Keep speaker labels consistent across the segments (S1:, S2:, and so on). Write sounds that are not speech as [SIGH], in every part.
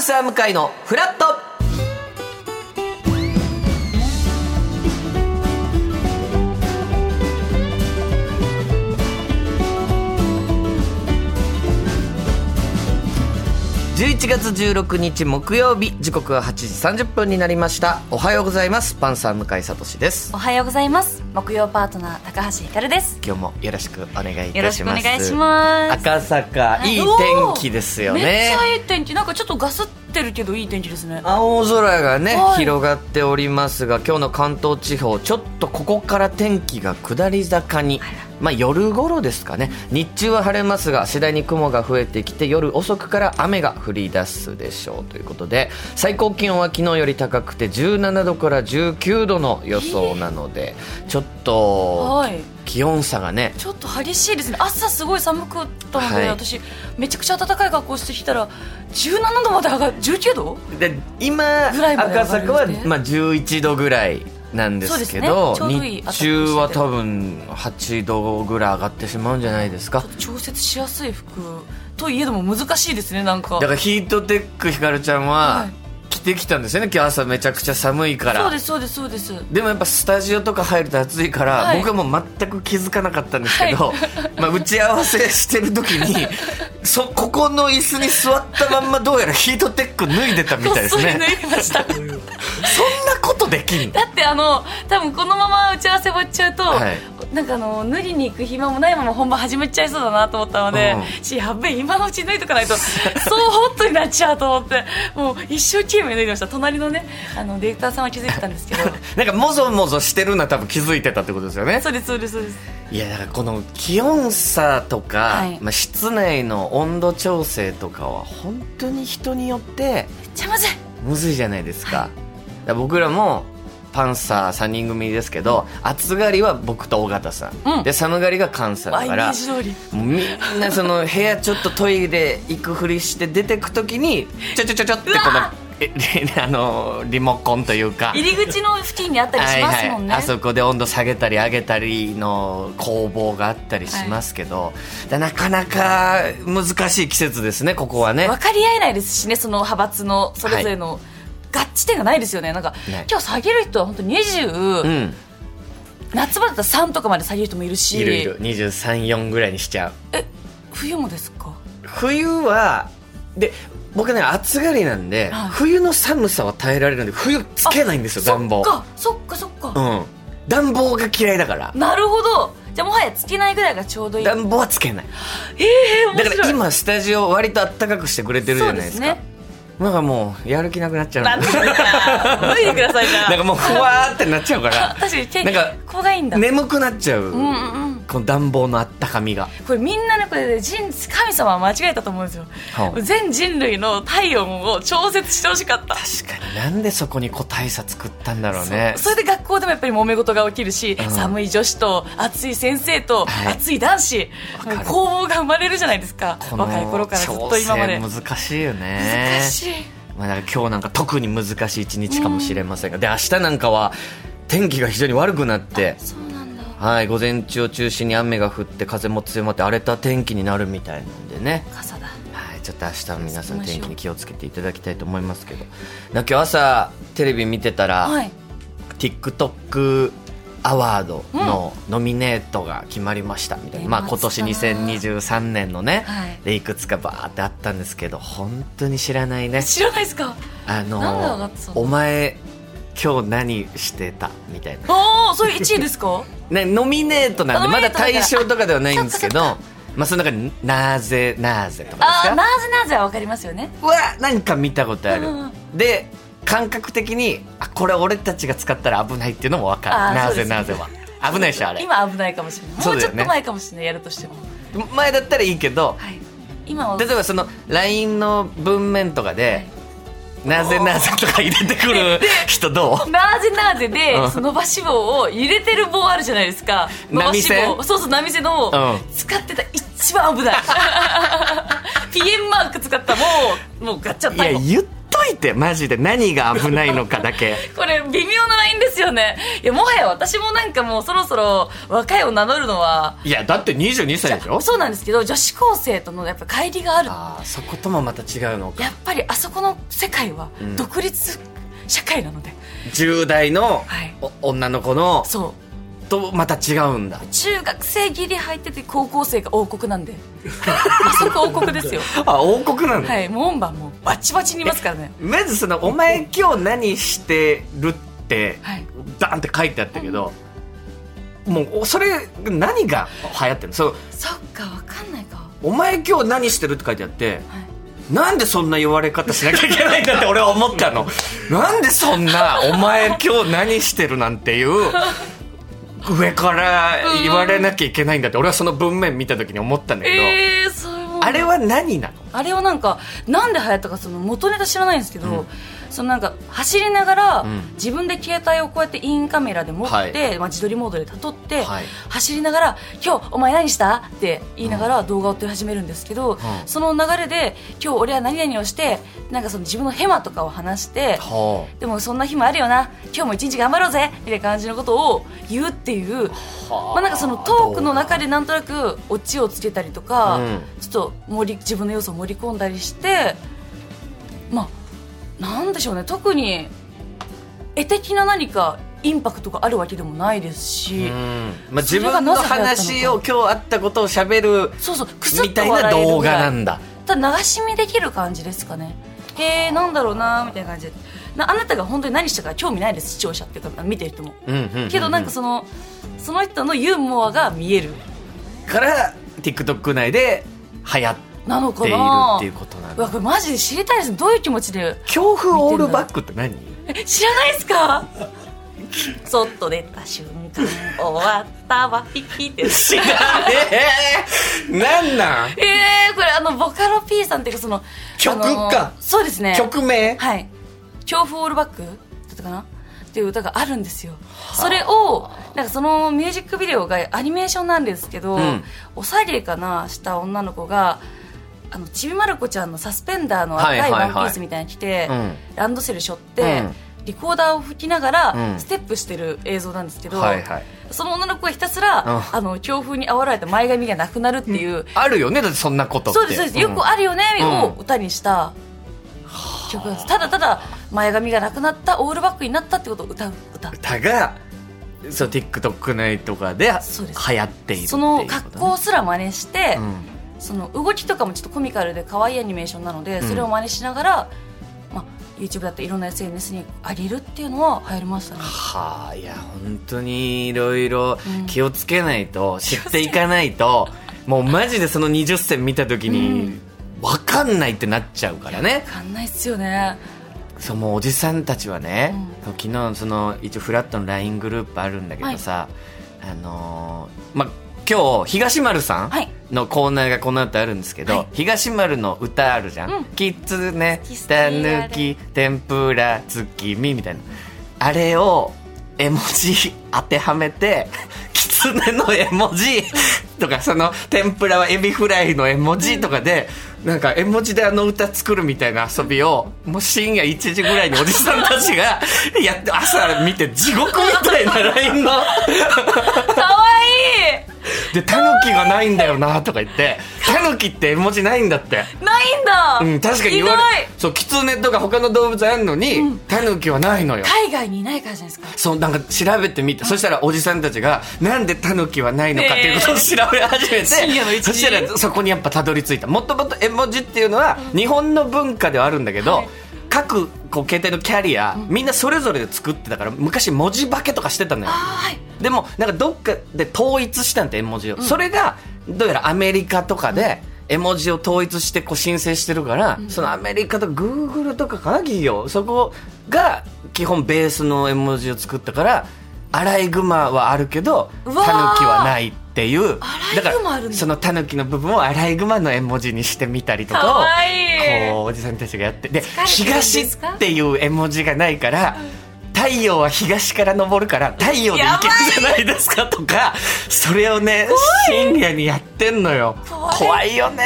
S1: スアー向かいのフラット11月16日木曜日時刻は8時30分になりましたおはようございますパンサー向井聡です
S2: おはようございます木曜パートナー高橋ひかるです
S1: 今日もよろしくお願いい
S2: よろ
S1: た
S2: し
S1: し
S2: くお
S1: ます
S2: 願いします
S1: 赤坂いい天気ですよ
S2: めっ
S1: ね
S2: ちゃいい天気なんかちょっとガスってるけどいい天気ですね
S1: 青空がね
S2: はい
S1: 広がっておりますが今日の関東地方ちょっとここから天気が下り坂にまあ夜頃ですかね日中は晴れますが次第に雲が増えてきて夜遅くから雨が降り出すでしょうということで最高気温は昨日より高くて17度から19度の予想なのでちょっと
S2: はい
S1: 気温差がね
S2: ちょっと激しいですね朝すごい寒かったので、
S1: はい
S2: 私めちゃくちゃ暖かい格好してきたら17度まで上がる19度
S1: で今
S2: ぐらいまで上がる
S1: 赤坂は
S2: んですね
S1: まあ11度ぐらいなんですけど
S2: そうですねちょうどいい
S1: 日中は多分8度ぐらい上がってしまうんじゃないですか
S2: 調節しやすい服といえども難しいですねなんか
S1: だからヒートテックひかるちゃん
S2: は
S1: はい着てきたんですよね今日朝めちゃくちゃ寒いか
S2: そう
S1: ら
S2: ですそうですそうです
S1: でもやっぱスタジオとか入ると暑いから、
S2: はい
S1: 僕はもう全く気づかなかったんですけど、 [LAUGHS] まあ、打ち合わせしてる時
S2: [LAUGHS]
S1: にそここの椅子に座ったまんまどうやらヒートテック脱いでたみたいです
S2: こっ [LAUGHS] そり
S1: ね
S2: 脱ぎました
S1: そんなことできんの
S2: だってあの多分このまま打ち合わせ終わっちゃうと、
S1: はい
S2: なんかあの脱ぎに行く暇もないまま本番始めちゃいそうだなと思ったので、
S1: う
S2: しやっべえ今のうちに脱いと
S1: [LAUGHS]
S2: かないとそうホットになっちゃうと思ってもう一生懸命脱いでました隣のねあのディレクターさんは気づいてたんですけど
S1: [LAUGHS] なんかもぞもぞしてるのは多分気づいてたってことですよね
S2: そうですそうですそうです
S1: いやだからこの気温差とか、
S2: はい
S1: まあ、室内の温度調整とかは本当に人によって
S2: めっちゃまずい
S1: むずいじゃないですか,、僕らもパンサー3人組ですけど暑がりは僕と尾形さん、
S2: うん
S1: で寒がりが菅さん
S2: わ
S1: だ
S2: イ
S1: か
S2: メー
S1: ら
S2: ジ通り
S1: もうみんなその部屋ちょっとトイレ行くふりして出てく時にちょちょちょちょってこ
S2: う
S1: の
S2: わ
S1: え [LAUGHS] リあのリモコンというか
S2: 入り口の付近にあったりしますも
S1: は
S2: んね、
S1: いはい、あそこで温度下げたり上げたりの攻防があったりしますけど、だなかなか難しい季節ですねここはね
S2: 分かり合えないですしねその派閥のそれぞれの、合致点がないですよねなんか
S1: ない
S2: 今日下げる人は本当二20、
S1: うん
S2: 夏場だったら3とかまで下げる人もいるし
S1: いるいる234ぐらいにしちゃう
S2: 冬もですか
S1: 冬はで僕ね暑がりなんで、
S2: はい
S1: 冬の寒さは耐えられるんで冬つけないんですよ暖房
S2: そっかそっかそっか、
S1: うん暖房が嫌いだから
S2: なるほどじゃあもはやつけないぐらいがちょうどいいえ
S1: 暖房はつけない
S2: え面
S1: だか
S2: 白い
S1: ら今スタジオ割と暖かくしてくれてるじゃないですか
S2: そうですね
S1: なんかもうやる気なくなっちゃう
S2: なんでだよ脱いでくださいじゃあ
S1: なんかもうふわーってなっちゃうから
S2: 確かに手
S1: なんか
S2: ここがいいんだ、
S1: 眠くなっちゃう、
S2: うんうんうん
S1: この暖房のあったかみが
S2: これみんなねこれ人神様は間違えたと思うんですよ、
S1: はい
S2: 全人類の体温を調節してほしかった
S1: 確かになんでそこに個体差作ったんだろうね
S2: それで学校でもやっぱり揉め事が起きるし、
S1: うん
S2: 寒い女子と暑い先生と
S1: はい
S2: 暑い男子、
S1: かる
S2: 攻防が生まれるじゃないですか
S1: この
S2: 若い頃からずっと今まで
S1: 調整難しいよね
S2: 難しい
S1: まあ、なんか今日なんか特に難しい一日かもしれませんが、で明日なんかは天気が非常に悪くなって
S2: そうなんだ
S1: はい午前中を中心に雨が降って風も強まって荒れた天気になるみたいなんでね
S2: 傘だ
S1: はい、ちょっと明日は皆さん
S2: そうしましょう
S1: 天気に気をつけていただきたいと思いますけどなんか今日朝テレビ見てたら、
S2: はい
S1: TikTok アワードのノミネートが決まりましたみたいな、
S2: 出
S1: ま
S2: ま
S1: あ、
S2: した
S1: 今年2023年のね、
S2: はい
S1: でいくつかバーってあったんですけど本当に知らないね
S2: 知らないですか
S1: あ
S2: なんで上が
S1: の
S2: ってたの
S1: お前今日何してたみたいな
S2: おおそれ1位で
S1: [LAUGHS]
S2: すか
S1: ね、ノミネートなんで
S2: ノミ
S1: ま
S2: ネ
S1: だ
S2: ートだから
S1: 大賞とかではないんですけどまあその中に「なぜなぜ」とかです
S2: あ
S1: か
S2: ーなぜなぜは分かりますよね
S1: うわなんか見たことある、
S2: うんうん
S1: で感覚的にあこれ俺たちが使ったら危ないっていうのも分か
S2: あ
S1: る
S2: ー
S1: な
S2: そう
S1: ぜ
S2: ですね
S1: なぜは危ないでしょあれ
S2: 今危ないかもしれない
S1: そ
S2: も
S1: う
S2: う
S1: だ
S2: ち
S1: よ
S2: ょっ
S1: ね
S2: と前かもしれないやるとしても
S1: 前だったらいいけど
S2: はい今は
S1: 例えばその LINE の文面とかで「なぜなぜ」とか入れてく [LAUGHS] る人どう
S2: なぜなぜで、
S1: うん
S2: その伸ばし棒を入れてる棒あるじゃないですか伸ばし
S1: 波
S2: 棒
S1: 線
S2: そうそう波線の棒、
S1: うん
S2: 使ってた
S1: [LAUGHS]
S2: 一番危ないピエンマーク使ったもうもうガッチャ
S1: いや
S2: 逮捕
S1: 言っといてってマジで何が危ないのかだけ [LAUGHS]
S2: これ微妙なラインですよねいやもはや私もなんかもうそろそろ若いを名乗るのはい
S1: やだって22歳でしょ
S2: そうなんですけど女子高生とのやっぱ乖離がある
S1: ああそこともまた違うのか
S2: やっぱりあそこの世界は
S1: うん
S2: 独立社会なので、
S1: 10代の
S2: はい
S1: お女の子の
S2: そう
S1: とまた違うんだ
S2: 中学生ギリ入ってて高校生が王
S1: [LAUGHS]
S2: 国なんであそこ王国ですよ
S1: あ王国なんだ、
S2: はい門番もバチバチにいますからね
S1: まずその「お前今日何してる?」って
S2: はい
S1: ダンって書いてあったけど、もうおそれ何が流行ってるのそう
S2: そっかわかんないか
S1: お前今日何してるって書いてあって、
S2: はい
S1: なんでそんな言われ方しなきゃいけないんだって俺は思ったの。なんでそんな、お前今日何してるなんていう、上から言われなきゃいけないんだって俺はその文面見た時に思ったんだけど、
S2: ええー、そういうもん
S1: あれは何なの
S2: あれはなんかなんで流行ったかその元ネタ知らないんですけど、
S1: うん
S2: そのなんか走りながら、
S1: うん
S2: 自分で携帯をこうやってインカメラで持って、
S1: はい
S2: まあ、自撮りモードでたどって、
S1: はい
S2: 走りながら「今日お前何した?」って言いながら動画を撮り始めるんですけど、
S1: ん
S2: その流れで「今日俺は何々をしてなんかその自分のヘマとかを話して
S1: は
S2: でもそんな日もあるよな今日も一日頑張ろうぜ」みたいな感じのことを言うっていう
S1: あ、は
S2: まあ、なんかそのトークの中でなんとなくオチをつけたりとか、
S1: うん
S2: ちょっと盛り自分の要素を盛り込んだりしてまあなんでしょうね特に絵的な何かインパクトがあるわけでもないですし、
S1: うんまあ、
S2: そ
S1: 自
S2: れが
S1: 分の話を
S2: なぜ
S1: 今日あったことをしゃべる
S2: そうそうくすっ
S1: み
S2: と
S1: たい
S2: 笑
S1: な
S2: える
S1: 動
S2: ぐら
S1: 画
S2: い
S1: なんだ。
S2: ただ流し見できる感じですかねへえなんだろうなみたいな感じでなあなたが本当に何したか興味ないです視聴者っていうか見てる人も
S1: うんうんうんうん
S2: けどなんかその、その人のユーモアが見える
S1: から TikTok 内で流行っ
S2: なのか
S1: ている
S2: な
S1: っていうことなん
S2: うわ
S1: だ。
S2: これマジで知りたいですどういう気持ちで
S1: 強風オールバックって何
S2: え知らないですか外出た瞬間終わったわピピって
S1: 違うえー、なんなん
S2: ええー、これあのボカロ P さんっていうかその
S1: 曲
S2: あの
S1: か
S2: そうですね
S1: 曲名
S2: はい「恐怖オールバック」だったかなっていう歌があるんですよそれをなんかそのミュージックビデオがアニメーションなんですけど、
S1: うん
S2: おさげかなした女の子があのちびまる子ちゃんのサスペンダーの
S1: は
S2: 赤
S1: いはい
S2: い
S1: はい
S2: ワンピースみたいに着て、
S1: うん
S2: ランドセル背負って、
S1: うん
S2: リコーダーを吹きなが
S1: う
S2: ら
S1: ん
S2: ステップしてる映像なんですけど、
S1: はいはい
S2: その女の子がひたすら、
S1: うん
S2: あの強風にあおられて前髪がなくなるっていう、
S1: あるよねだってそんなことって
S2: そうですそうです、よくあるよね、を歌にした曲なんですただただ前髪がなくなったオールバックになったってことを歌う歌
S1: うん歌がそう TikTok 内とかで
S2: そうです
S1: 流行っているっていうことね
S2: その格好すら真似して、
S1: うん
S2: その動きとかもちょっとコミカルで可愛いアニメーションなので、
S1: うん
S2: それを真似しながら、まあ、YouTube だったりいろんな SNS に上げるっていうのは流行りましたね
S1: はあいや本当にいろいろ
S2: ん
S1: 気をつけないと知っていかない
S2: [LAUGHS]
S1: ともうマジでその20選見た時
S2: う
S1: に
S2: ん
S1: 分かんないってなっちゃうからね
S2: わかんないっすよね
S1: そうもうおじさんたちはね、昨日その一応フラットの LINE グループあるんだけどさ、あのーま今日東丸さん
S2: はい
S1: のコーナーがこの後あるんですけど、
S2: はい
S1: 東丸の歌あるじゃん
S2: うん
S1: 「きつね
S2: きつね
S1: たぬき天ぷら月見」みたいなあれを絵文字当てはめて [LAUGHS] 「きつねの絵文字とかその天ぷらはエビフライの絵文字とかで、なんか絵文字であの歌作るみたいな遊びをもう深夜1時ぐらいにおじさんたちが [LAUGHS] やって朝見て地獄みたいな LINE の
S2: 可愛い
S1: で「タヌキがないんだよな」とか言って「タヌキって絵文字ないんだって」
S2: いないんだ、
S1: うん、確かに
S2: 意
S1: 言わ
S2: 外
S1: れそうキツネとか他の動物あるのに、タヌキはないのよ
S2: 海外にいないからじゃないですか
S1: そうなんか調べてみて、そしたらおじさんたちがなんでタヌキはないのかっていうことを調べ始めて、
S2: 深夜の一時
S1: そしたらそこにやっぱたどり着いたもともと絵文字っていうのは日本の文化ではあるんだけど、
S2: はい
S1: 各こう携帯のキャリア、みんなそれぞれで作ってたから昔文字化けとかしてたのよ
S2: あー
S1: でもなんかどっかで統一したんだって絵文字を、それがどうやらアメリカとかで絵文字を統一してこう申請してるから、そのアメリカとかグーグルとかかな企業そこが基本ベースの絵文字を作ったからアライグマはあるけどタヌ
S2: う
S1: キ
S2: わー
S1: はないっていう
S2: アライグマあるんだ
S1: らそのタヌキの部分をアライグマの絵文字にしてみたりと
S2: か
S1: かを
S2: わいい
S1: こうおじさんたちがやってで
S2: 疲れてるんで
S1: 東
S2: すか
S1: っていう絵文字がないから、タ太陽は東から昇るから太陽でいけるじゃないですかとかそれをね深夜にやってんのよ
S2: 怖い
S1: 怖いよね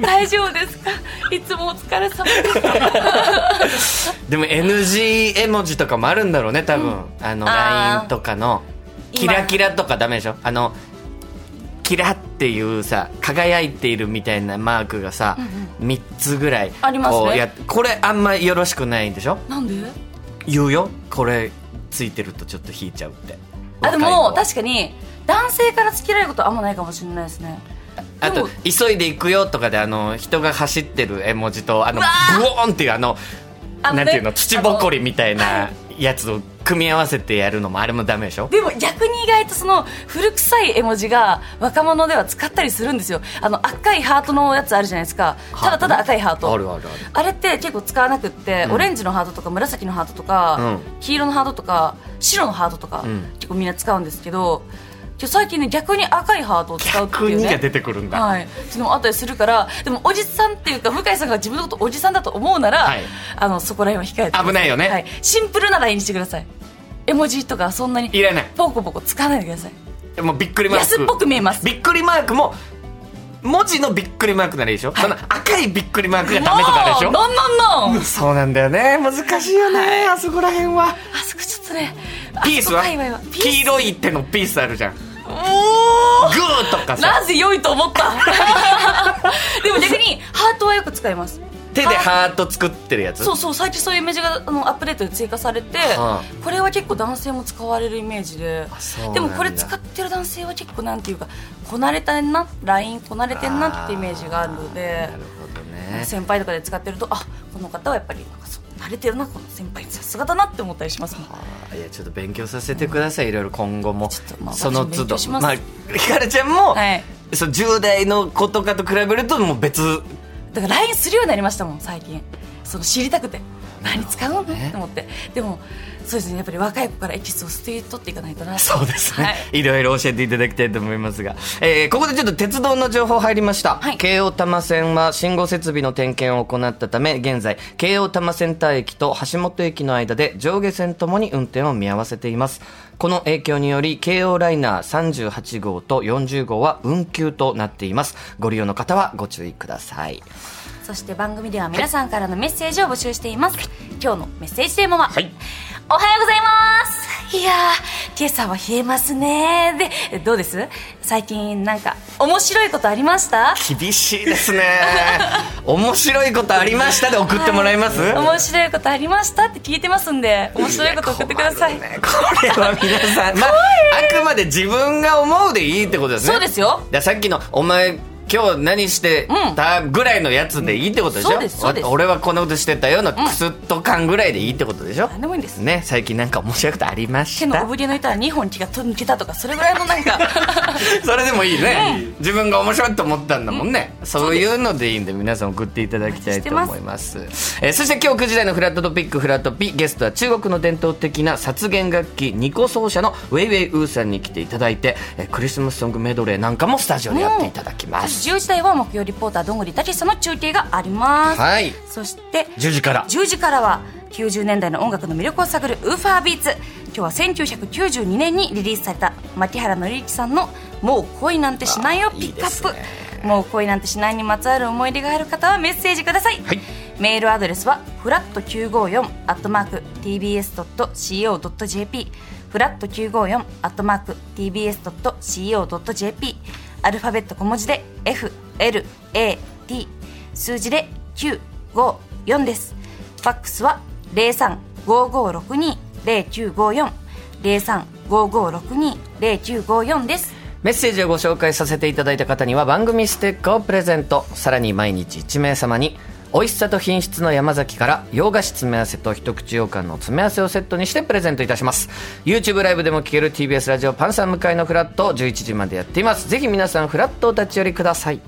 S2: 大丈夫ですかいつもお疲れ様です
S1: [LAUGHS] でも NG 絵文字とかもあるんだろうね多分、あの
S2: あー
S1: LINE とかのキラキラとかダメでしょあのキラっていうさ輝いているみたいなマークがさ、三3つぐらい
S2: ありますね
S1: こうやっこれあんまよろしくないんでしょ
S2: なんで
S1: 言うよこれついてるとちょっと引いちゃうって
S2: あで
S1: 若い
S2: も
S1: 子
S2: 確かに男性からつけられることあんまないかもしれないですね
S1: あ
S2: で
S1: と
S2: も
S1: 「急いで行くよ」とかであの人が走ってる絵文字とあのブオーンっていうあの
S2: あの
S1: な
S2: ね
S1: んていうの土ぼこりみたいなやつを組み合わせてやるのもあれもダメでしょ
S2: でも逆に意外とその古臭い絵文字が若者では使ったりするんですよあの赤いハートのやつあるじゃないですかただただ赤いハート
S1: あるあるある
S2: あれって結構使わなくって、オレンジのハートとか紫のハートとか、
S1: う
S2: 黄色のハートとか白のハートとか、
S1: ん
S2: 結構みんな使うんですけど今日最近ね逆に赤いハートを使うって
S1: 逆
S2: いう
S1: にが
S2: ね
S1: 出てくるんだ、
S2: はい、っていうのもあったりするからでもおじさんっていうか向井さんが自分のことおじさんだと思うなら、
S1: はい
S2: あのそこら辺は控えてくださ
S1: 危ないよね
S2: はい、シンプルなラインにしてください絵文字とかそんなに
S1: いらない
S2: ポコポコ使わないでください
S1: もうびっくりマーク
S2: 安っぽく見えます
S1: びっくりマークも文字のびっくりマークならいいでしょ、その赤いびっくりマークがダメとかあるでし
S2: もうノンノンノン
S1: ょそうなんだよね難しいよねあそこら辺は
S2: あそこちょっとね
S1: ピース
S2: あ
S1: は
S2: そこ界隈はピー
S1: 黄
S2: ス
S1: 色い手のピースあるじゃんグ
S2: おー
S1: ーとかさ
S2: なぜ良いと思った [LAUGHS] でも逆にハートはよく使います
S1: 手でハート作ってるやつ
S2: そうそう最近そういうイメージがあのアップデートで追加されて、
S1: は
S2: これは結構男性も使われるイメージで
S1: そうなんだ
S2: でもこれ使ってる男性は結構なんていうかこなれたんな LINE こなれてんなってイメージがあるので
S1: なるほどね
S2: 先輩とかで使ってるとあこの方はやっぱりなんかそう慣れてるなこの先輩さすがだなって思ったりしますもん
S1: あいやちょっと勉強させてください、いろいろ今後も
S2: ちょっとまあ
S1: その
S2: 私
S1: 都
S2: も勉強
S1: 度
S2: します
S1: まあひかるちゃんも、
S2: はい
S1: その10代の子とかと比べるともう別
S2: だから LINE するようになりましたもん最近その知りたくて何使うのって思ってでもそうですねやっぱり若い子からエキスを捨て取っていかないと
S1: [LAUGHS]
S2: な
S1: そうですね、
S2: はい
S1: い、ろいろ教えていただきたいと思いますが、えーここでちょっと鉄道の情報入りました、
S2: はい
S1: 京王多摩線は信号設備の点検を行ったため現在京王多摩センター駅と橋本駅の間で上下線ともに運転を見合わせていますこの影響により京王ライナー38号と40号は運休となっていますご利用の方はご注意ください
S2: そして番組では皆さんからのメッセージを募集しています。今日のメッセージテーマは、
S1: はい
S2: おはようございますいやー、今朝は冷えますねで、どうです最近なんか面白いことありました
S1: 厳しいですね [LAUGHS] 面白いことありましたで送ってもらいます、
S2: はい [LAUGHS] 面白いことありましたって聞いてますんで、面白いこと送ってください。
S1: や困るねこれは皆さん、まあ、あくまで自分が思うでいいってことですね。
S2: そうですよ。
S1: だからさっきの、お前、今日何してたぐらいのやつでいいってことでしょ、
S2: うんそうですそうです
S1: わ俺はこんなことしてたよのクスッと感ぐらいでいいってことでしょ、
S2: 何でもいいんです。
S1: ね、最近なんか面白いことありまし
S2: 手の
S1: た
S2: おぶりの板は2本気が抜けたとか、それぐらいの
S1: [LAUGHS]
S2: なんか、
S1: それでもいいね、自分が面白いと思ったんだもんね、そういうのでいいんで皆さん送っていただきたいと思いますえーそして今日9時台のフラットトピックフラットピゲストは中国の伝統的な殺弦楽器ニコ奏者のウェイウェイウーさんに来ていただいて、えークリスマスソングメドレーなんかもスタジオでやっていただきます、
S2: 10時台は木曜リポーター、どんぐりたけしさんの中継があります。
S1: はい
S2: そして、
S1: 10時から
S2: 10時からは90年代の音楽の魅力を探るウーファービーツ今日は1992年にリリースされた牧原紀之さんの「もう恋なんてしない」を
S1: あい
S2: ピ
S1: い
S2: ッ
S1: で
S2: クアッ
S1: す
S2: プ
S1: ね
S2: もう恋なんてしないにまつわる思い出がある方はメッセージください、
S1: はい
S2: メールアドレスはフラット954アットマーク tbs.co.jp フラット954アットマーク tbs.co.jp アルファベット小文字で FLAT 数字で954ですファックスは0355620954 0355620954です
S1: メッセージをご紹介させていただいた方には番組ステッカーをプレゼントさらに毎日1名様に美味しさと品質の山崎から洋菓子詰め合わせと一口羊羹の詰め合わせをセットにしてプレゼントいたします YouTube ライブでも聴ける TBS ラジオパンサー向かいのフラットを11時までやっていますぜひ皆さんフラットお立ち寄りください